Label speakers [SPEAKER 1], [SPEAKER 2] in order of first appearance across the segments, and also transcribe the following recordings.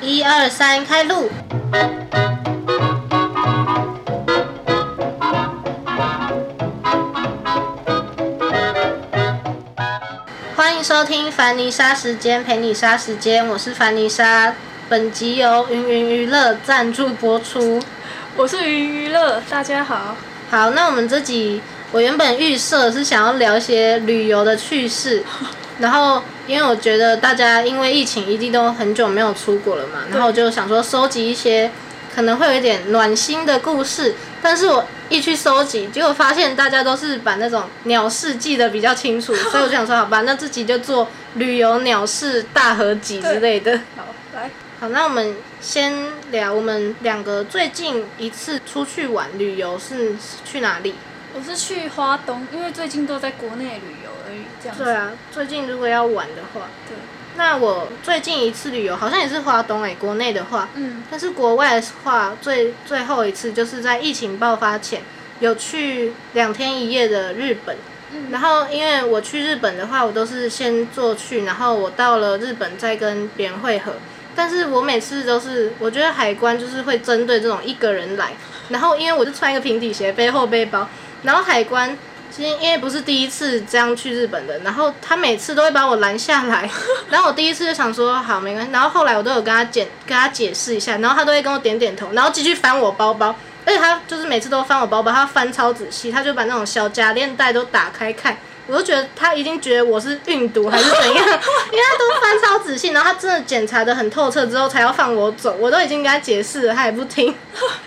[SPEAKER 1] 一二三，开路！欢迎收听凡妮莎时间陪你杀时间，我是凡妮莎。本集由云云娱乐赞助播出。
[SPEAKER 2] 我是云娱乐，大家好。
[SPEAKER 1] 好，那我们这集我原本预设是想要聊一些旅游的趣事，然后因为我觉得大家因为疫情一定都很久没有出国了嘛，然后我就想说收集一些可能会有一点暖心的故事，但是我一去收集，结果发现大家都是把那种鸟事记得比较清楚，所以我就想说好吧，那自己就做旅游鸟事大合集之类的。
[SPEAKER 2] 好，来，
[SPEAKER 1] 好，那我们先聊我们两个最近一次出去玩旅游是去哪里？
[SPEAKER 2] 我是去花东，因为最近都在国内旅游而已，这样子。
[SPEAKER 1] 对啊，最近如果要玩的话，
[SPEAKER 2] 对
[SPEAKER 1] 那我最近一次旅游好像也是华东诶、国内的话，
[SPEAKER 2] 嗯，
[SPEAKER 1] 但是国外的话，最最后一次就是在疫情爆发前有去两天一夜的日本。
[SPEAKER 2] 嗯
[SPEAKER 1] 然后因为我去日本的话，我都是先坐去，然后我到了日本再跟别人会合。但是我每次都是，我觉得海关就是会针对这种一个人来，然后因为我就穿一个平底鞋，背后背包，然后海关其实因为不是第一次这样去日本的，然后他每次都会把我拦下来，然后我第一次就想说好没关系，然后后来我都有跟他解跟他解释一下，然后他都会跟我点点头，然后继续翻我包包，而且他就是每次都翻我包包，他翻超仔细，他就把那种小夹链袋都打开看。我就觉得他一定觉得我是运毒还是怎样，因为他都翻超仔细，然后他真的检查的很透彻之后才要放我走，我都已经跟他解释了，他也不听。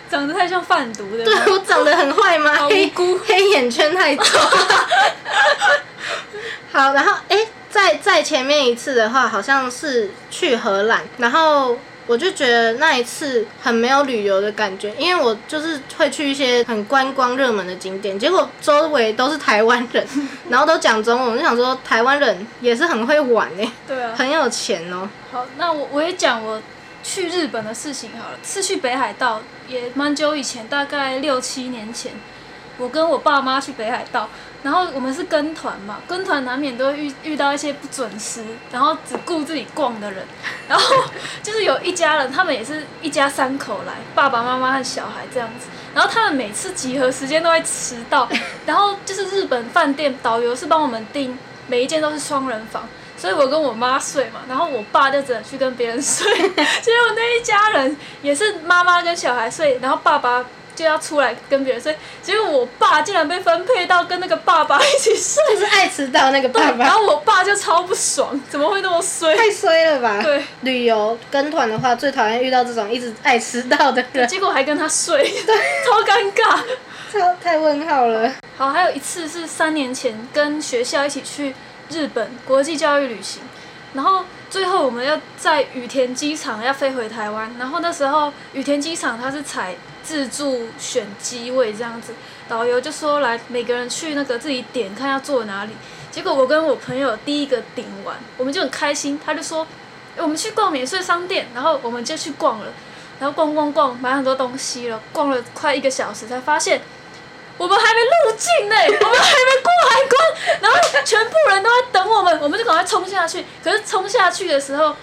[SPEAKER 2] 长得太像贩毒的。
[SPEAKER 1] 对我长得很坏吗？
[SPEAKER 2] 好
[SPEAKER 1] 黑
[SPEAKER 2] 无辜
[SPEAKER 1] 黑眼圈太 重。好，然后哎、诶再再前面一次的话，好像是去荷兰，然后我就觉得那一次很没有旅游的感觉，因为我就是会去一些很观光热门的景点，结果周围都是台湾 人，然后都讲中文，我就想说台湾人也是很会玩哎、
[SPEAKER 2] 对啊。
[SPEAKER 1] 很有钱哦、
[SPEAKER 2] 好，那我我也讲我去日本的事情好了，是去北海道，也蛮久以前，大概六七年前，我跟我爸妈去北海道，然后我们是跟团嘛，跟团难免都会遇遇到一些不准时，然后只顾自己逛的人，然后 就是有一家人，他们也是一家三口来，爸爸妈妈和小孩这样子。然后他们每次集合时间都会迟到，然后就是日本饭店导游是帮我们订，每一间都是双人房，所以我跟我妈睡嘛，然后我爸就只能去跟别 人睡。结果那一家人也是妈妈跟小孩睡，然后爸爸就要出来跟别人睡，结果我爸竟然被分配到跟那个爸爸一起睡，
[SPEAKER 1] 就是爱迟到那个爸
[SPEAKER 2] 然
[SPEAKER 1] 爸，
[SPEAKER 2] 后我爸就超不爽，怎么会那么衰？
[SPEAKER 1] 太衰了吧？
[SPEAKER 2] 对，
[SPEAKER 1] 旅游跟团的话，最讨厌遇到这种一直爱迟到的 人，
[SPEAKER 2] 结果还跟 他睡，超尴尬。
[SPEAKER 1] 超太问号了。
[SPEAKER 2] 好，还有一次是三年前跟学校一起去日本国际教育旅行，然后最后我们要在羽田机场要飞回台湾，然后那时候羽田机场它是采自助选机位这样子，导游就说来每个人去那个自己点看要坐哪里，结果我跟我朋友第一个顶完，我们就很开心，他就说、欸我们去逛免税商店，然后我们就去逛了，然后逛逛逛买很多东西了，逛了快一个小时才发现。我们还没入境呢，我们还没过海关，然后全部人都在等我们，我们就赶快冲下去。可是冲下去的时候，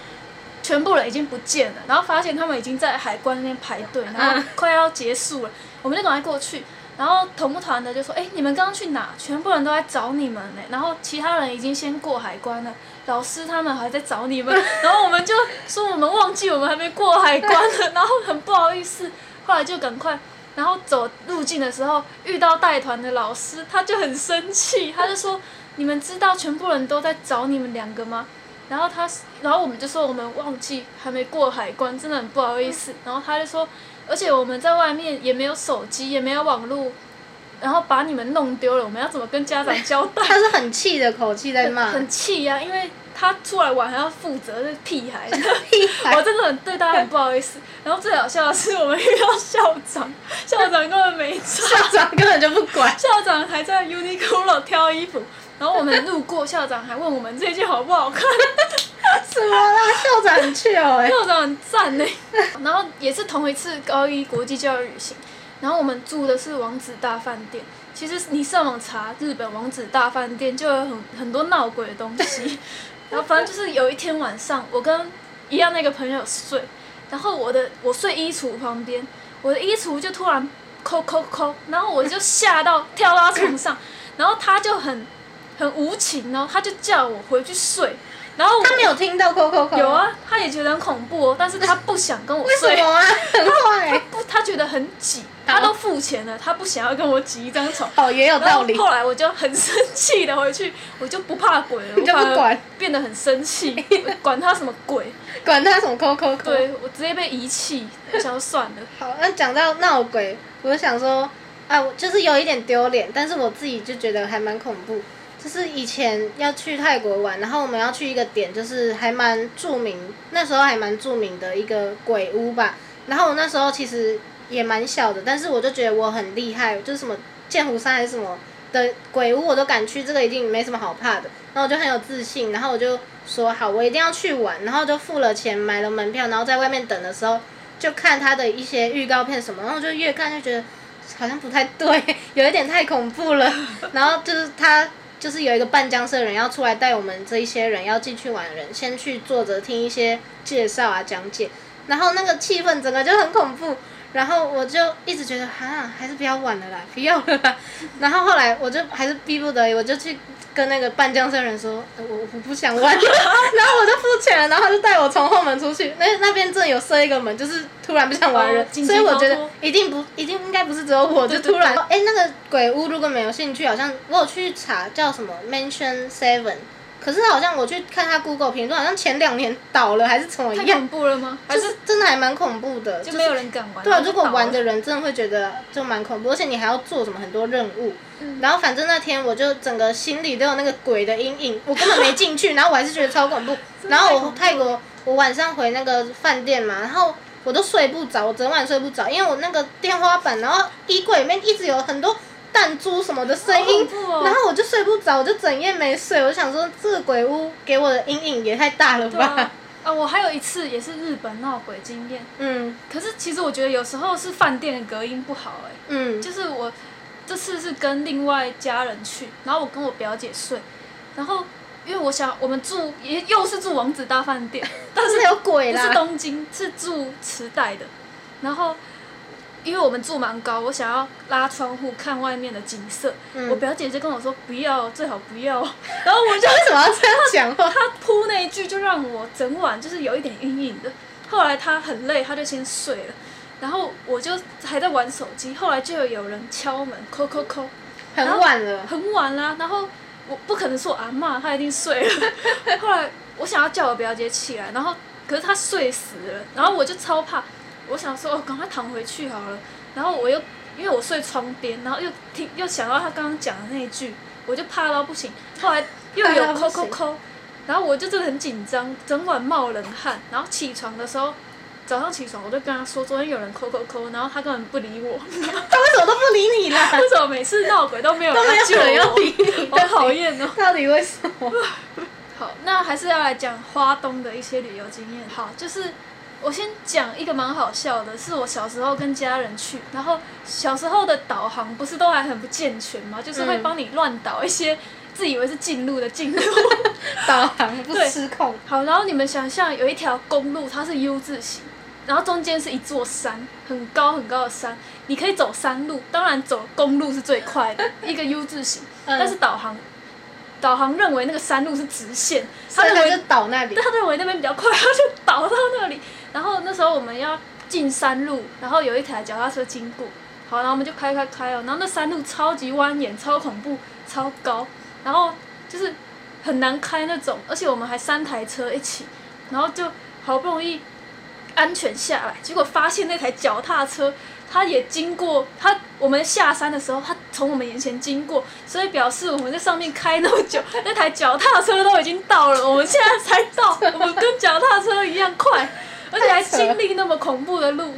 [SPEAKER 2] 全部人已经不见了，然后发现他们已经在海关那边排队，然后快要结束了，我们就赶快过去。然后同团的就说：“哎、你们刚刚去哪？全部人都在找你们呢。”然后其他人已经先过海关了，老师他们还在找你们。 然后我们就说我们忘记我们还没过海关了，然后很不好意思。 后来就赶快然后走入境的时候遇到带团的老师，他就很生气，他就说：“你们知道全部人都在找你们两个吗？”然后他，然后我们就说我们忘记还没过海关，真的很不好意思。然后他就说，而且我们在外面也没有手机，也没有网络，然后把你们弄丢了，我们要怎么跟家长交代？
[SPEAKER 1] 他是很气的口气在骂，
[SPEAKER 2] 很气呀、因为他出来玩还要负责，这屁孩。
[SPEAKER 1] 屁
[SPEAKER 2] 我
[SPEAKER 1] 孩，
[SPEAKER 2] 真的很对大家很不好意思。然后最好笑的是，我们遇到校长，校长根本没差，
[SPEAKER 1] 校长根本就不 管。
[SPEAKER 2] 校长还在 Uniqlo 挑衣服，然后我们路过，校长还问我们这件好不好看，
[SPEAKER 1] 什么啦？校长很去哦、哎，
[SPEAKER 2] 校长很赞呢。 然后也是同一次高一国际教育旅行，然后我们住的是王子大饭店。其实你上网查日本王子大饭店，就有很很多闹鬼的东西。然后反正就是有一天晚上，我跟一样那个朋友睡，然后我的我睡衣橱旁边，我的衣橱就突然抠抠抠，然后我就吓到跳到床上，然后他就很很无情哦，他就叫我回去睡，然后我
[SPEAKER 1] 他没有听到扣扣扣，
[SPEAKER 2] 有，啊，他也觉得很恐怖哦，但是他不想跟我
[SPEAKER 1] 为什
[SPEAKER 2] 睡
[SPEAKER 1] 么， 啊？很
[SPEAKER 2] 他
[SPEAKER 1] 坏，
[SPEAKER 2] 不他觉得很挤，
[SPEAKER 1] 好
[SPEAKER 2] 他都付钱了，他不想要跟我挤一张床。
[SPEAKER 1] 哦，也有
[SPEAKER 2] 然
[SPEAKER 1] 道
[SPEAKER 2] 后
[SPEAKER 1] 理，
[SPEAKER 2] 后来我就很生气的回去，我就不怕鬼了，
[SPEAKER 1] 你就不
[SPEAKER 2] 我反而
[SPEAKER 1] 管
[SPEAKER 2] 变得很 生气，我管他什么鬼，
[SPEAKER 1] 管他什么扣扣扣。
[SPEAKER 2] 对我直接被遗弃，我想要 算了。
[SPEAKER 1] 好，那讲到闹鬼，我就想说，啊，我就是有一点丢脸，但是我自己就觉得还蛮恐怖。就是以前要去泰国玩，然后我们要去一个点，就是还蛮著名，那时候还蛮著名的一个鬼屋吧。然后我那时候其实也蛮小的，但是我就觉得我很厉害，就是什么剑湖山还是什么的鬼屋我都敢去，这个一定没什么好怕的。然后我就很有自信，然后我就说好，我一定要去玩，然后就付了钱买了门票，然后在外面等的时候，就看他的一些预告片什么，然后就越看就觉得好像不太对，有一点太恐怖了。然后就是他就是有一个半僵尸的人要出来带我们这一些人要进去玩的人，先去坐着听一些介绍啊讲解，然后那个气氛整个就很恐怖。然后我就一直觉得，哈，还是不要玩了啦，不要了啦。 然后后来我就还是逼不得已，我就去跟那个半僵尸的人说，呃我我不想玩。然后我就付钱了，然后他就带我从后门出去。那那边真的有设一个门，就是突然不想玩人，
[SPEAKER 2] 哦紧急
[SPEAKER 1] 所以我觉得
[SPEAKER 2] 逃脱
[SPEAKER 1] 一定不一定应该不是只有我，就
[SPEAKER 2] 对对
[SPEAKER 1] 突然哎、那个鬼屋如果没有兴趣，好像我有去查叫什么 Mansion Seven，可是好像我去看他 Google 评论，好像前两年倒了还是怎么
[SPEAKER 2] 太
[SPEAKER 1] 样，
[SPEAKER 2] 恐怖了吗？还
[SPEAKER 1] 哎就是是真的还蛮恐怖的，
[SPEAKER 2] 就是没有人敢玩？
[SPEAKER 1] 对啊，如果
[SPEAKER 2] 就倒了
[SPEAKER 1] 玩的人真的会觉得就蛮恐怖，而且你还要做什么很多任务。
[SPEAKER 2] 嗯
[SPEAKER 1] 然后反正那天我就整个心里都有那个鬼的阴影，我根本没进 去，然后我还是觉得超恐怖。
[SPEAKER 2] 真的
[SPEAKER 1] 然
[SPEAKER 2] 太
[SPEAKER 1] 后
[SPEAKER 2] 恐
[SPEAKER 1] 我
[SPEAKER 2] 怖
[SPEAKER 1] 泰国，我晚上回那个饭店嘛，然后我都睡不着，我整晚睡不着，因为我那个天花板，然后衣柜里面一直有很多弹珠什么的声音，
[SPEAKER 2] 好恐怖哦
[SPEAKER 1] 然后我就睡不着，我就整夜没睡。我想说，这个鬼屋给我的阴影也太大了
[SPEAKER 2] 对
[SPEAKER 1] 吧？
[SPEAKER 2] 啊。啊，我还有一次也是日本闹鬼经验，
[SPEAKER 1] 嗯
[SPEAKER 2] 可是其实我觉得有时候是饭店的隔音不好、哎，
[SPEAKER 1] 嗯，
[SPEAKER 2] 就是我这次是跟另外家人去，然后我跟我表姐睡，然后因为我想我们住也又是住王子大饭 店，但
[SPEAKER 1] 真
[SPEAKER 2] 是
[SPEAKER 1] 的有鬼
[SPEAKER 2] 不
[SPEAKER 1] 啦！
[SPEAKER 2] 是东京，是住池袋的。然后因为我们住蛮高，我想要拉窗户看外面的景色，
[SPEAKER 1] 嗯
[SPEAKER 2] 我表姐就跟我说不要，最好不要。 然后我就
[SPEAKER 1] 为什么要这样讲话？
[SPEAKER 2] 他扑那一句就让我整晚就是有一点阴影的。后来他很累，他就先睡了，然后我就还在玩手机。后来就有人敲门，扣扣扣，
[SPEAKER 1] 很晚了，
[SPEAKER 2] 很晚啦、然后我不可能是我阿嬷，她一定睡了。 后来我想要叫我表姐起来，然后可是她睡死了，然后我就超怕，我想说哦，赶快躺回去好了。然后我又因为我睡窗边，然后又听又想到她刚刚讲的那一句，我就怕到不行。后来又有
[SPEAKER 1] 怕到不
[SPEAKER 2] 扣扣
[SPEAKER 1] 行
[SPEAKER 2] 扣，然后我就真的很紧张，整晚冒冷汗。然后起床的时候。早上起床，我就跟她说昨天有人扣扣扣，然后她根本不理我。
[SPEAKER 1] 他为什么都不理你啦？
[SPEAKER 2] 为什么每次闹鬼都没有
[SPEAKER 1] 都
[SPEAKER 2] 人
[SPEAKER 1] 没
[SPEAKER 2] 来救
[SPEAKER 1] 有人要
[SPEAKER 2] 我？
[SPEAKER 1] 理你，
[SPEAKER 2] 好讨厌哦。
[SPEAKER 1] 到底为什么？
[SPEAKER 2] 好，那还是要来讲花东的一些旅游经验。好，就是我先讲一个蛮好笑的，是我小时候跟家人去，然后小时候的导航不是都还很不健全吗？就是会
[SPEAKER 1] 嗯
[SPEAKER 2] 帮你乱导一些自以为是近路的近路。
[SPEAKER 1] 导航不
[SPEAKER 2] 对
[SPEAKER 1] 失控，
[SPEAKER 2] 好，然后你们想象有一条公路，它是 U 字形，然后中间是一座山，很高很高的山，你可以走山路，当然走公路是最快的，一个 U 字形，
[SPEAKER 1] 嗯
[SPEAKER 2] 但是导航。导航认为那个山路是直线，
[SPEAKER 1] 所
[SPEAKER 2] 他
[SPEAKER 1] 以
[SPEAKER 2] 认
[SPEAKER 1] 他
[SPEAKER 2] 为
[SPEAKER 1] 就倒那里
[SPEAKER 2] 但。他认为那边比较快，他就倒到那里。然后那时候我们要进山路，然后有一台脚踏车经过，好，然后我们就开开开哦，然后那山路超级蜿蜒、超恐怖、超高，然后就是很难开那种，而且我们还三台车一起，然后就好不容易安全下来，结果发现那台脚踏车。它也经过，它我们下山的时候，它从我们眼前经过，所以表示我们在上面开那么久，那台脚踏车都已经到了，我们现在才到，我们跟脚踏车一样快，而且还经历那么恐怖的路，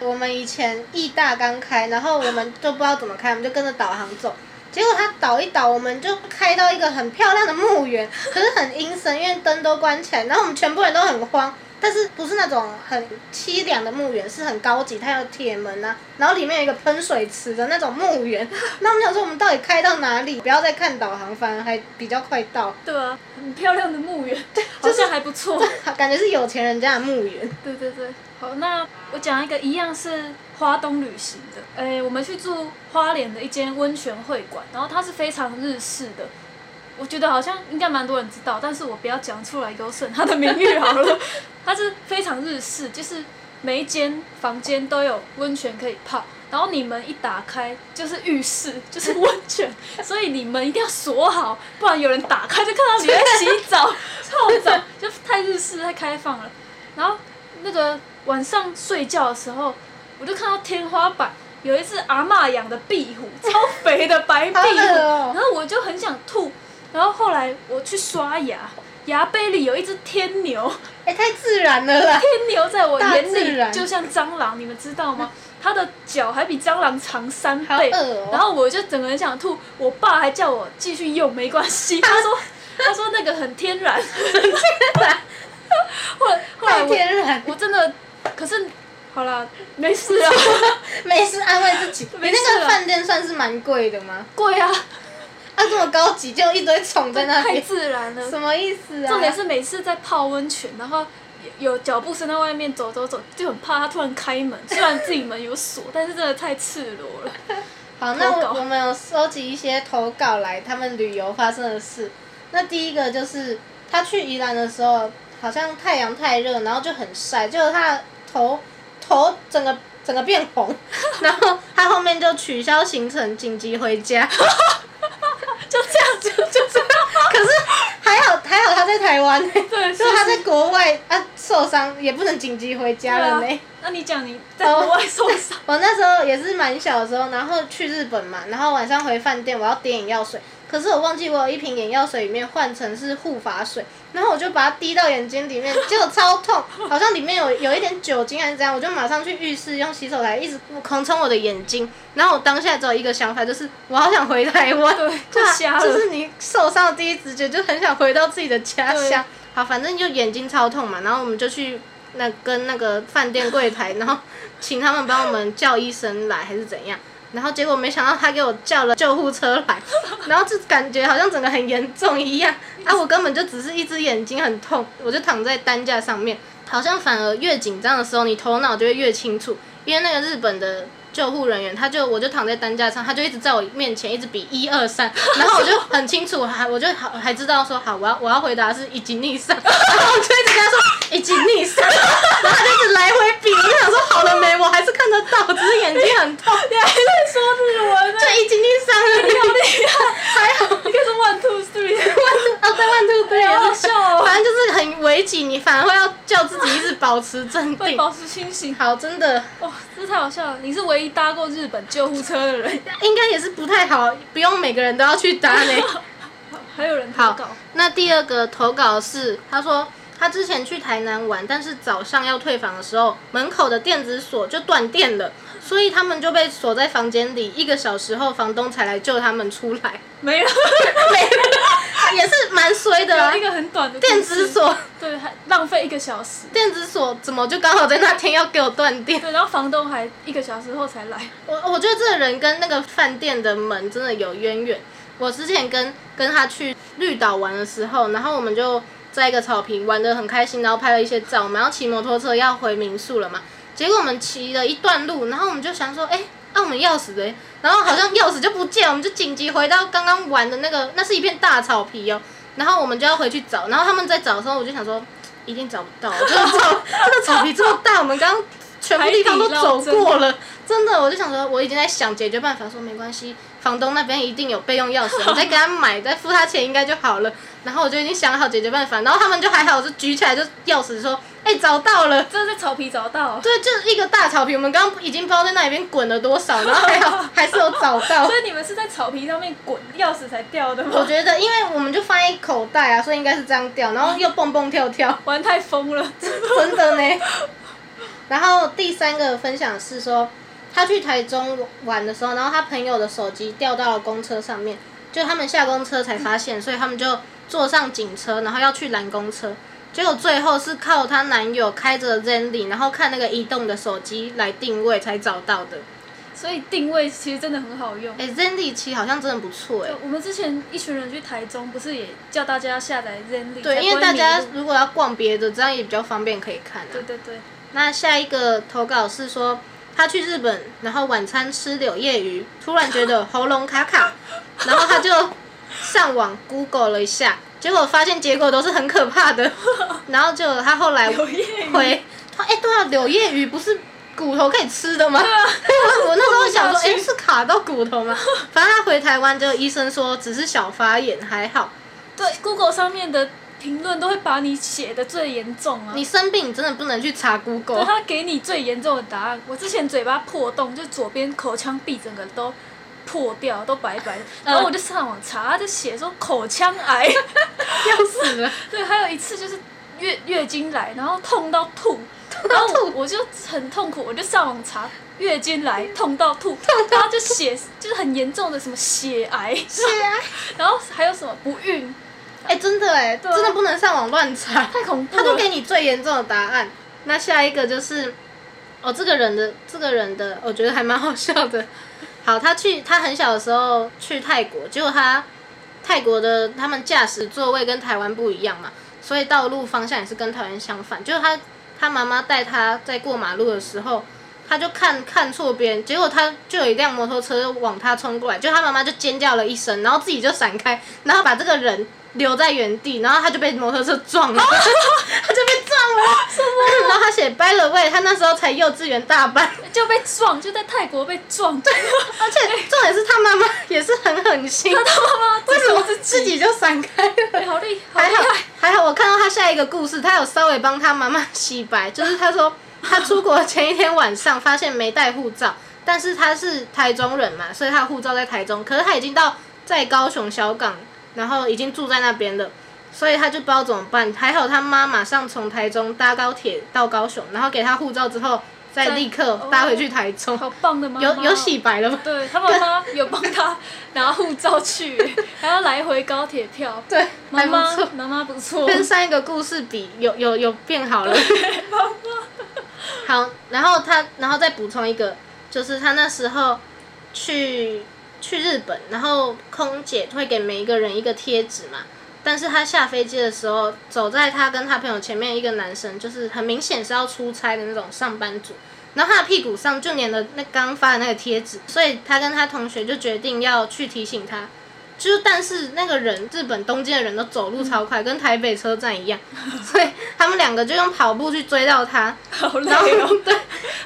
[SPEAKER 1] 我们以前义大刚开，然后我们就不知道怎么开，我们就跟着导航走。结果他导一导，我们就开到一个很漂亮的墓园，可是很阴森，因为灯都关起来，然后我们全部人都很慌。但是不是那种很凄凉的墓园，是很高级，它有铁门啊，然后里面有一个喷水池的那种墓园。那我们想说，我们到底开到哪里？不要再看导航，反而还比较快到，
[SPEAKER 2] 对啊，很漂亮的墓园，好像还不错。
[SPEAKER 1] 感觉是有钱人家的墓园。
[SPEAKER 2] 对对对，好，那我讲一个一样是花东旅行的，诶，我们去住花莲的一间温泉会馆，然后它是非常日式的，我觉得好像应该蛮多人知道，但是我不要讲出来有损它的名誉好了。它是非常日式，就是每一间房间都有温泉可以泡，然后你门一打开就是浴室， 就是温泉，所以你门一定要锁好，不然有人打开就看到你在洗澡、 泡澡，就太日式、太开放了。然后那个晚上睡觉的时候，我就看到天花板有一只阿嬷养的壁虎，超肥的白 壁
[SPEAKER 1] 好
[SPEAKER 2] 虎，
[SPEAKER 1] 恶哦
[SPEAKER 2] 然后我就很想吐。然后后来我去刷牙，牙杯里有一只天牛，
[SPEAKER 1] 哎、太自然了啦！
[SPEAKER 2] 天牛在我
[SPEAKER 1] 大
[SPEAKER 2] 眼
[SPEAKER 1] 自然
[SPEAKER 2] 里就像蟑螂，你们知道吗？它的脚还比蟑螂长三倍
[SPEAKER 1] 好恶哦，
[SPEAKER 2] 然后我就整个人想吐。我爸还叫我继续用，没关 系。他说，他说那个很天然。 后来后来
[SPEAKER 1] 太
[SPEAKER 2] 我
[SPEAKER 1] 天然，
[SPEAKER 2] 我真的，可是好啦，没事 啊，
[SPEAKER 1] 没事安慰自 己。你
[SPEAKER 2] 没事啊
[SPEAKER 1] 那个
[SPEAKER 2] 啦
[SPEAKER 1] 饭店算是蛮贵的吗？
[SPEAKER 2] 贵啊，
[SPEAKER 1] 啊，这么高级，就一堆虫在那
[SPEAKER 2] 太
[SPEAKER 1] 边，
[SPEAKER 2] 自然了。
[SPEAKER 1] 什么意思啊？
[SPEAKER 2] 重点是每次在泡温泉，然后有脚步声在外面走走走，就很怕它突然开门。虽然自己门有锁，但是真的太赤裸了。
[SPEAKER 1] 好，那
[SPEAKER 2] 投稿
[SPEAKER 1] 我我们有收集一些投稿来他们旅游发生的事。那第一个就是他去宜兰的时候，好像太阳太热，然后就很晒，结果他的头头整个整个变红， 然后他后面就取消行程，紧急回家。
[SPEAKER 2] 就这样子，就这样。
[SPEAKER 1] 可是还好还好他在台湾、欸，
[SPEAKER 2] 对，
[SPEAKER 1] 就他在国外啊受伤也不能紧急回家了呢、
[SPEAKER 2] 对啊那你讲你在国外受 伤，
[SPEAKER 1] 我那时候也是蛮小的时候，然后去日本嘛，然后晚上回饭店，我要点眼药水，可是我忘记我有一瓶眼药水里面换成是护发水，然后我就把它滴到眼睛里面，结果超 痛，好像里面有有一点酒精还是怎样，我就马上去浴室用洗手台一直狂冲我的眼睛，然后我当下只有一个想法，就是我好想回台湾，
[SPEAKER 2] 对 就瞎了
[SPEAKER 1] 就是你受伤的第一直觉就很想回到自己的家
[SPEAKER 2] 对
[SPEAKER 1] 乡。好，反正就眼睛超痛嘛，然后我们就去那跟那个饭店柜台，然后请他们帮我们叫医生来还是怎样，然后结果没想到他给我叫了救护车来， 然后就感觉好像整个很严重一样，啊，我根本就只是一只眼睛很痛，我就躺在担架上面，好像反而越紧张的时候，你头脑就会越清楚，因为那个日本的。救护人员，他就我就躺在担架上，他就一直在我面前一直比一二三， 然后我就很清楚，还我就好还知道说好，我要我要回答是以及逆上，然后我就一直跟他说以及逆上，然后他就一直来回比，我就想说好了没，我还是看得到，只是眼睛很痛，
[SPEAKER 2] 你还在说日文呢？
[SPEAKER 1] 就以及逆上而已。
[SPEAKER 2] 好厉害！
[SPEAKER 1] 还好
[SPEAKER 2] 你可以说 one two three，
[SPEAKER 1] 哦，对，万兔对，
[SPEAKER 2] 好好笑哦，
[SPEAKER 1] 反正就是很危急，你反而会要叫自己一直保持镇
[SPEAKER 2] 会
[SPEAKER 1] 定。
[SPEAKER 2] 保持清醒。
[SPEAKER 1] 好，真的
[SPEAKER 2] 哇、这太好笑了！你是唯一搭过日本救护车的人，
[SPEAKER 1] 应该也是不太好，不用每个人都要去搭 嘞。
[SPEAKER 2] 还有人投
[SPEAKER 1] 好
[SPEAKER 2] 稿，
[SPEAKER 1] 那第二个投稿是，他说他之前去台南玩，但是早上要退房的时候，门口的电子锁就断电了，所以他们就被锁在房间里，一个小时后房东才来救他们出来，啊
[SPEAKER 2] 没 有，
[SPEAKER 1] 也是蛮衰的、啊
[SPEAKER 2] 有一。个很短的故事
[SPEAKER 1] 电子，锁，
[SPEAKER 2] 对，还浪费一个小时。
[SPEAKER 1] 电子锁怎么就刚好在那天要给我断电？
[SPEAKER 2] 对，然后房东还一个小时后才来，
[SPEAKER 1] 我我觉得这个人跟那个饭店的门真的有渊源。我之前跟跟他去绿岛玩的时候，然后我们就在一个草坪玩得很开心，然后拍了一些照。我们要骑摩托车要回民宿了嘛，结果我们骑了一段路，然后我们就想说，哎、那、我们钥匙嘞？然后好像钥匙就不见，我们就紧急回到刚刚玩的那个，那是一片大草皮哦。然后我们就要回去找，然后他们在找的时候，我就想说，一定找不到，这个草这个草皮这么大，我们刚刚全部地方都走过了，真的，我就想说，我已经在想解决办法，说没关系，房东那边一定有备用钥匙，我再给他买，再付他钱应该就好了。然后我就已经想好解决办法，然后他们就还好，就举起来就钥匙说，哎、找到了。
[SPEAKER 2] 真的在草皮找 到，
[SPEAKER 1] 对，就是一个大草坪，我们刚刚已经不知道在那里边滚了多少，然后还好还是有找到
[SPEAKER 2] 所。以你们是在草皮上面滚，钥匙才掉的
[SPEAKER 1] 我
[SPEAKER 2] 吗？
[SPEAKER 1] 觉得，因为我们就放在口袋啊，所以应该是这样掉，然后又蹦蹦跳跳，
[SPEAKER 2] 玩太疯了，
[SPEAKER 1] 真的呢。然后第三个分享是说，他去台中玩的时候，然后他朋友的手机掉到了公车上面，就他们下公车才发现，所以他们就坐上警车，然后要去拦公车。结果最后是靠她男友开着 Zenly，然后看那个移动的手机来定位才找到的。
[SPEAKER 2] 所以定位其实真的很好用。
[SPEAKER 1] 哎、z e n l y 其实好像真的不错哎、
[SPEAKER 2] 我们之前一群人去台中，不是也叫大家下载 Zenly？才
[SPEAKER 1] 对，
[SPEAKER 2] 不
[SPEAKER 1] 因为
[SPEAKER 2] 会
[SPEAKER 1] 大家
[SPEAKER 2] 迷路
[SPEAKER 1] 如果要逛别的，这样也比较方便可以看啊
[SPEAKER 2] 对。对对，
[SPEAKER 1] 那下一个投稿是说，他去日本，然后晚餐吃柳叶鱼，突然觉得喉咙卡 卡，然后他就上网 Google 了一下，结果发现结果都是很可怕 的，然后就他后来
[SPEAKER 2] 柳叶鱼
[SPEAKER 1] 回，他哎、对啊，柳叶鱼不是。骨头可以吃的吗？
[SPEAKER 2] 啊
[SPEAKER 1] 我我那时候想说，
[SPEAKER 2] 下
[SPEAKER 1] 哎、
[SPEAKER 2] 去
[SPEAKER 1] 是卡到骨头 吗？反正他回台湾，就医生说只是小发炎，还好。
[SPEAKER 2] 对 Google 上面的评论都会把你写的最严重啊
[SPEAKER 1] 你。生病真的不能去查 Google，
[SPEAKER 2] 对他给你最严重的答案。我之前嘴巴破洞，就左边口腔壁整个都破掉，都白白的。
[SPEAKER 1] 呃
[SPEAKER 2] 然后我就上网查，他就写说口腔癌。
[SPEAKER 1] 要死了。
[SPEAKER 2] 对，还有一次就是月月经来，然后痛到吐，然后我我就很痛苦，我就上网查月经来痛到吐，然后就写就是很严重的什么血 癌，
[SPEAKER 1] 对啊，
[SPEAKER 2] 然后还有什么不孕，
[SPEAKER 1] 哎、真的哎、
[SPEAKER 2] 啊
[SPEAKER 1] 真的不能上网乱查，
[SPEAKER 2] 太恐怖
[SPEAKER 1] 他都
[SPEAKER 2] 了。
[SPEAKER 1] 给你最严重的答案。那下一个就是，哦，这个人的这个人的，我觉得还蛮好笑 的。好，他去他很小的时候去泰国，结果他泰国的他们驾驶座位跟台湾不一样嘛，所以道路方向也是跟台湾相反。就是他他妈妈带他在过马路的时候，他就看看错边，结果他就有一辆摩托车往他冲过来，就他妈妈就尖叫了一声，然后自己就闪开，然后把这个人留在原地，然后他就被摩托车撞 了，他就被撞了。然后他写 by the way，他那时候才幼稚园大班，
[SPEAKER 2] 就被撞，就在泰国被撞，
[SPEAKER 1] 而且 重点是他妈妈也是很狠心，
[SPEAKER 2] 他妈妈
[SPEAKER 1] 为
[SPEAKER 2] 自
[SPEAKER 1] 什
[SPEAKER 2] 首
[SPEAKER 1] 么
[SPEAKER 2] 自
[SPEAKER 1] 自己就闪开了？
[SPEAKER 2] 哎好厉好
[SPEAKER 1] 还
[SPEAKER 2] 厉
[SPEAKER 1] 好
[SPEAKER 2] 害，
[SPEAKER 1] 还好，我看到他下一个故事，他有稍微帮他妈妈洗 白，就是他说他出国前一天晚上发现没带护照，但是他是台中人嘛，所以他的护照在台中，可是他已经到在高雄小港，然后已经住在那边了。所以他就不知道怎么办，还好他妈马上从台中搭高铁到高雄，然后给他护照之后，再
[SPEAKER 2] 再
[SPEAKER 1] 立刻
[SPEAKER 2] 哦
[SPEAKER 1] 搭回去台中。
[SPEAKER 2] 好棒的妈妈
[SPEAKER 1] 有
[SPEAKER 2] 哦
[SPEAKER 1] 有洗白了吗？
[SPEAKER 2] 对他妈妈有帮他拿护照去， 还要来回高铁票。
[SPEAKER 1] 对，
[SPEAKER 2] 妈
[SPEAKER 1] 还不
[SPEAKER 2] 妈
[SPEAKER 1] 错。
[SPEAKER 2] 妈妈不错，
[SPEAKER 1] 跟上一个故事比，有有有变好了。 好，然后他，然后再补充一个，就是他那时候去去日本，然后空姐会给每一个人一个贴纸嘛。但是他下飞机的时候，走在他跟他朋友前面一个男生，就是很明显是要出差的那种上班族，然后他的屁股上就粘了那刚发的那个贴纸，所以他跟他同学就决定要去提醒他，就是，但是那个人，日本东京的人都走路超快，跟台北车站一样，所以他们两个就用跑步去追到他，
[SPEAKER 2] 好累
[SPEAKER 1] 然后、
[SPEAKER 2] 哦，
[SPEAKER 1] 对，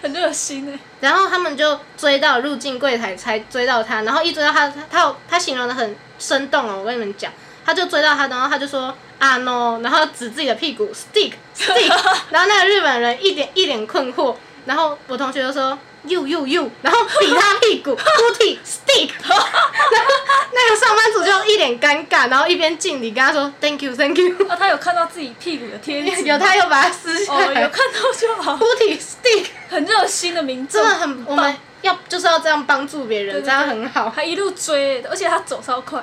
[SPEAKER 2] 很热心哎。
[SPEAKER 1] 然后他们就追到入境柜台才追到他，然后一追到他，他他有他形容的很生动哦，我跟你们讲，他就追到他，然后他就说啊 no，然后指自己的屁股 stick stick，然
[SPEAKER 2] 啊
[SPEAKER 1] 后那个日本人一点一脸困惑，然后我同学就说 you you you，然后比他屁股 booty stick，然后 那个上班族就一脸尴尬，然后一边敬礼跟他说 thank you thank you，
[SPEAKER 2] 啊，他有看到自己屁股的贴 纸吗，
[SPEAKER 1] 有他又把他撕下
[SPEAKER 2] 哦，有
[SPEAKER 1] 来、
[SPEAKER 2] 看到就好，
[SPEAKER 1] booty stick，
[SPEAKER 2] 很热心的民众，
[SPEAKER 1] 真的很我们
[SPEAKER 2] 棒。
[SPEAKER 1] 要就是要这样帮助别人，
[SPEAKER 2] 对对
[SPEAKER 1] 这样很 好。
[SPEAKER 2] 还一路追，而且他走超快，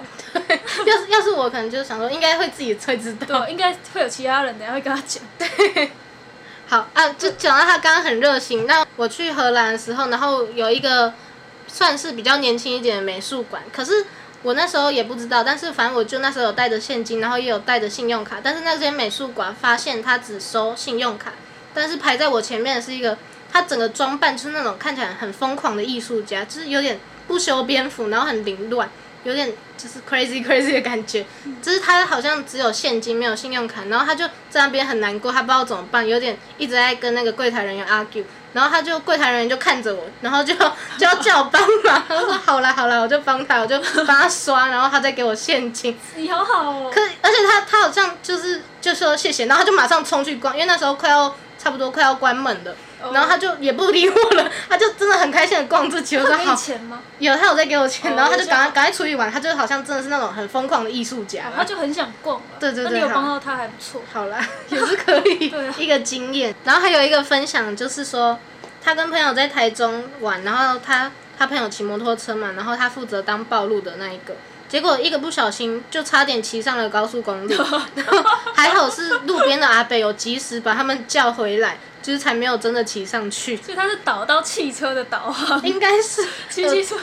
[SPEAKER 1] 要是要是我可能就想说，应该会自己会知道。
[SPEAKER 2] 对，应该会有其他人等一下会跟他讲。
[SPEAKER 1] 好啊，就讲到他刚刚很热心。那我去荷兰的时候，然后有一个算是比较年轻一点的美术馆，可是我那时候也不知道，但是反正我就那时候有带着现金，然后也有带着信用卡，但是那间美术馆发现他只收信用卡，但是排在我前面的是一个，他整个装扮就是那种看起来很疯狂的艺术家，就是有点不修边幅，然后很凌乱，有点就是 crazy crazy 的感觉。就是他好像只有现金没有信用卡，然后他就在那边很难过，他不知道怎么办，有点一直在跟那个柜台人员 argue。然后他就柜台人员就看着我，然后就 就要叫我帮忙，他说好啦好啦，我就帮他，我就帮他刷，然后他再给我现金。
[SPEAKER 2] 你好好哦
[SPEAKER 1] 可，而且他他好像就是就说谢谢，然后他就马上冲去关，因为那时候快要差不多快要关门了，
[SPEAKER 2] 哦
[SPEAKER 1] 然后他就也不理我了，他就真的很开心的逛自己，我说
[SPEAKER 2] 他给
[SPEAKER 1] 好
[SPEAKER 2] 你，钱吗？
[SPEAKER 1] 有他有在给我钱，
[SPEAKER 2] 哦
[SPEAKER 1] 然后他就
[SPEAKER 2] 这样
[SPEAKER 1] 赶快赶快处理完，他就好像真的是那种很疯狂的艺术家
[SPEAKER 2] 哦，他就很想逛了，
[SPEAKER 1] 啊对对对
[SPEAKER 2] 那你有
[SPEAKER 1] 好
[SPEAKER 2] 帮到他还不错。
[SPEAKER 1] 好啦，也是可以
[SPEAKER 2] 对啊
[SPEAKER 1] 一个经验。然后还有一个分享就是说，他跟朋友在台中玩，然后他他朋友骑摩托车嘛，然后他负责当暴露的那一个。结果一个不小心就差点骑上了高速公 路，然后还好是路边的阿北有及时把他们叫回来，就是才没有真的骑上去。
[SPEAKER 2] 所以他是倒到汽车的 导航，
[SPEAKER 1] 应该是，
[SPEAKER 2] 骑汽车，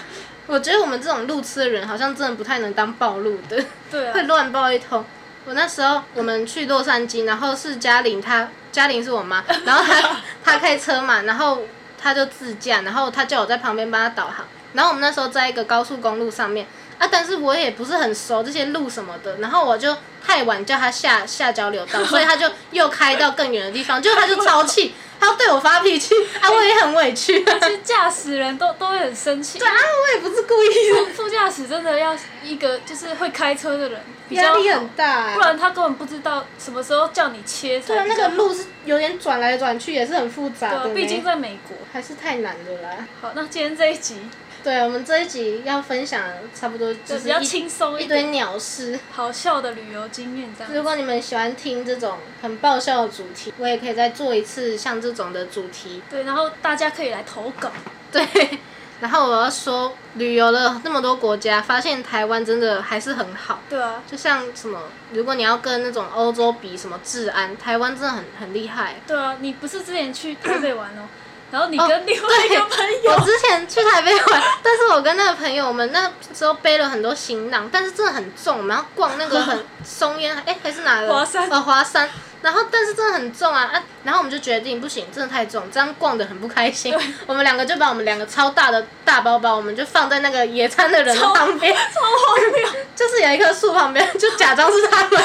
[SPEAKER 1] 我觉得我们这种路痴的人好像真的不太能当暴露的，
[SPEAKER 2] 对
[SPEAKER 1] 会
[SPEAKER 2] 啊，
[SPEAKER 1] 乱报一通。我那时候我们去洛杉矶，然后是嘉玲她，嘉玲是我 妈，然后她她开车嘛，然后她就自驾，然后她叫我在旁边帮她导航。然后我们那时候在一个高速公路上面啊，但是我也不是很熟这些路什么的，然后我就太晚叫她下下交流 道，所以她就又开到更远的地方，结果她就超气，她要对我发脾气，啊，我也很委屈，
[SPEAKER 2] 其实驾驶人都都会很生气。
[SPEAKER 1] 对啊，我也不是故意的，
[SPEAKER 2] 副驾驶真的要一个就是会开车的人比较
[SPEAKER 1] 压
[SPEAKER 2] 好，
[SPEAKER 1] 力很大、欸
[SPEAKER 2] 不。然他根本不知道什么时候叫你切才
[SPEAKER 1] 对啊，
[SPEAKER 2] 比
[SPEAKER 1] 那
[SPEAKER 2] 较
[SPEAKER 1] 个
[SPEAKER 2] 好
[SPEAKER 1] 路是有点转来转去，也是很复杂
[SPEAKER 2] 对啊
[SPEAKER 1] 的呢。
[SPEAKER 2] 毕竟在美国。
[SPEAKER 1] 还是太难了啦。
[SPEAKER 2] 好，那今天这一集
[SPEAKER 1] 对，啊我们这一集要分享的差不多
[SPEAKER 2] 就
[SPEAKER 1] 就
[SPEAKER 2] 比
[SPEAKER 1] 是
[SPEAKER 2] 较
[SPEAKER 1] 一
[SPEAKER 2] 轻松
[SPEAKER 1] 一
[SPEAKER 2] 一
[SPEAKER 1] 堆
[SPEAKER 2] 点，
[SPEAKER 1] 鸟事。
[SPEAKER 2] 好笑的旅游经验这样
[SPEAKER 1] 如
[SPEAKER 2] 子。
[SPEAKER 1] 果你们喜欢听这种很爆笑的主题，我也可以再做一次像这种的主题。
[SPEAKER 2] 对，然后大家可以来投稿。
[SPEAKER 1] 对， 然后我要说，旅游了那么多国家，发现台湾真的还是很好。
[SPEAKER 2] 对啊，
[SPEAKER 1] 就像什么，如果你要跟那种欧洲比什么治安，台湾真的很很厉害。
[SPEAKER 2] 对啊，你不是之前去台北玩哦，然后你跟另外一个朋
[SPEAKER 1] 我
[SPEAKER 2] 友，
[SPEAKER 1] 之前去台北玩，但是我跟那个朋友，我们那时候背了很多行囊，但是真的很重，我们要逛那个很松烟， 哎、还是哪个？
[SPEAKER 2] 华山
[SPEAKER 1] 哦，华山。然后，但是真的很重啊啊！然后我们就决定不行，真的太重，这样逛的很不开心。我们两个就把我们两个超大的大包包，我们就放在那个野餐的人的
[SPEAKER 2] 超
[SPEAKER 1] 旁边，
[SPEAKER 2] 超荒谬。
[SPEAKER 1] 就是有一棵树旁边，就假装是他们的，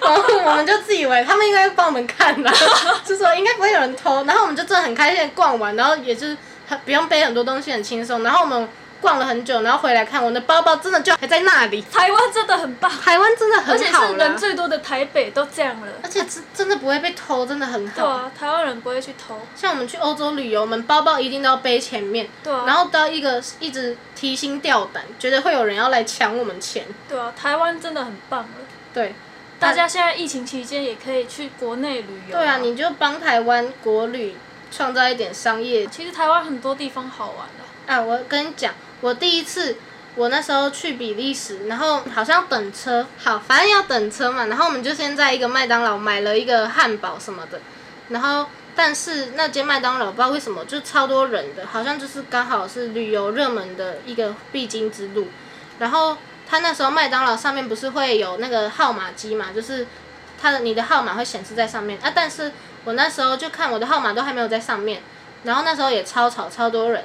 [SPEAKER 1] 然后我们就自以为他们应该会帮我们看啦，就说应该不会有人偷，然后我们就真的很开心地逛完，然后也就是很不用背很多东西，很轻松，然后我们逛了很久，然后回来看我的包包真的就还在那里，
[SPEAKER 2] 台湾真的很棒，
[SPEAKER 1] 台湾真的
[SPEAKER 2] 而
[SPEAKER 1] 很
[SPEAKER 2] 且
[SPEAKER 1] 好
[SPEAKER 2] 是
[SPEAKER 1] 啦
[SPEAKER 2] 人，最多的台北都这样了。
[SPEAKER 1] 而且真真的不会被偷，真的很
[SPEAKER 2] 对
[SPEAKER 1] 好。
[SPEAKER 2] 啊，台湾人不会去偷。
[SPEAKER 1] 像我们去欧洲旅游，我们包包一定都要背前面，
[SPEAKER 2] 对啊
[SPEAKER 1] 然后都要一个一直提心吊胆，觉得会有人要来抢我们钱，
[SPEAKER 2] 对啊，台湾真的很棒了。
[SPEAKER 1] 对。
[SPEAKER 2] 大家现在疫情期间也可以去国内旅游。
[SPEAKER 1] 对啊，你就帮台湾国旅创造一点商业。
[SPEAKER 2] 其实台湾很多地方好玩 的。
[SPEAKER 1] 啊，我跟你讲，我第一次。我那时候去比利时，然后好像要等车，好，反正要等车嘛。然后我们就先在一个麦当劳买了一个汉堡什么的，然后但是那间麦当劳不知道为什么就超多人的，好像就是刚好是旅游热门的一个必经之路。然后他那时候麦当劳上面不是会有那个号码机嘛，就是他的你的号码会显示在上面啊。但是我那时候就看我的号码都还没有在上面，然后那时候也超吵，超多人，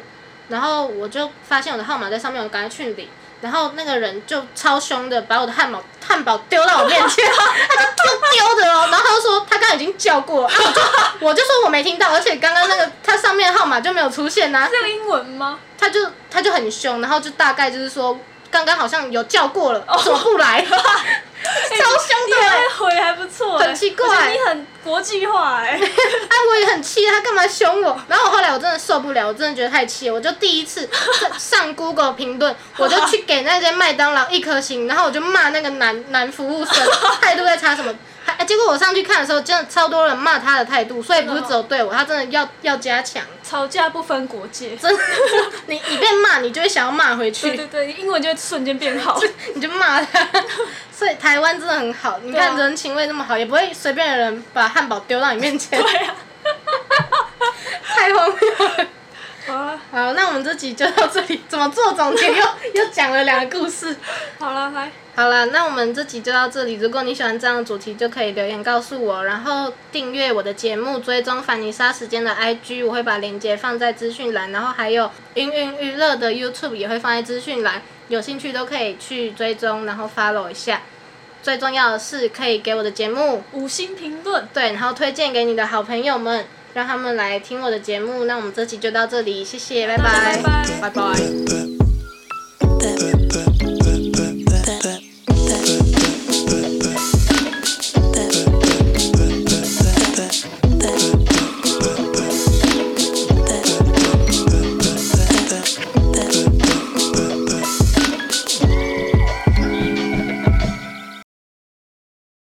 [SPEAKER 1] 然后我就发现我的号码在上面，我赶快去领。然后那个人就超凶的把我的汉堡汉堡丢到我面前， 他就丢丢的哦，然后他就说他刚刚已经叫过了， 啊、我就我就说我没听到，而且刚刚那个他上面的号码就没有出现呐、啊
[SPEAKER 2] 是用英文吗？
[SPEAKER 1] 他就他就很凶，然后就大概就是说，刚刚好像有叫过了，怎么不来了？
[SPEAKER 2] 超
[SPEAKER 1] 超凶的欸
[SPEAKER 2] 回还不错欸，
[SPEAKER 1] 很奇怪
[SPEAKER 2] 而且你很国际化哎。
[SPEAKER 1] 啊，我也很气，他干嘛凶我？然后后来我真的受不了，我真的觉得太气了，我就第一次 在上 Google 评论，我就去给那间麦当劳一颗星，然后我就骂那个男男服务生态度在差什么。还哎结果我上去看的时候，真的超多人骂他的态度，所以不是只有对我，他真的要要加强。
[SPEAKER 2] 吵架不分国 界。
[SPEAKER 1] 真的，你一被骂，你就会想要骂回去。
[SPEAKER 2] 对对对，英文就会瞬间变 好。
[SPEAKER 1] 你就骂 他。所以台湾真的很好，你看
[SPEAKER 2] 对啊
[SPEAKER 1] 人情味那么好，也不会随便有人把汉堡丢到你面前，
[SPEAKER 2] 对啊，
[SPEAKER 1] 太荒谬了。
[SPEAKER 2] 好啊了
[SPEAKER 1] 好，那我们这集就到这里，怎么做总结又又讲了两个故事。
[SPEAKER 2] 好了，来，
[SPEAKER 1] 好了，那我们这集就到这里。如果你喜欢这样的主题，就可以留言告诉我，然后订阅我的节目，追踪凡妮莎时间的 IG，我会把链接放在资讯栏，然后还有云云娱乐的 YouTube 也会放在资讯栏，有兴趣都可以去追踪，然后 follow 一下。最重要的是可以给我的节目
[SPEAKER 2] 五星评论，
[SPEAKER 1] 对，然后推荐给你的好朋友们，让他们来听我的节目。那我们这集就到这里，谢谢，拜拜，
[SPEAKER 2] 拜拜
[SPEAKER 1] 拜拜。
[SPEAKER 3] that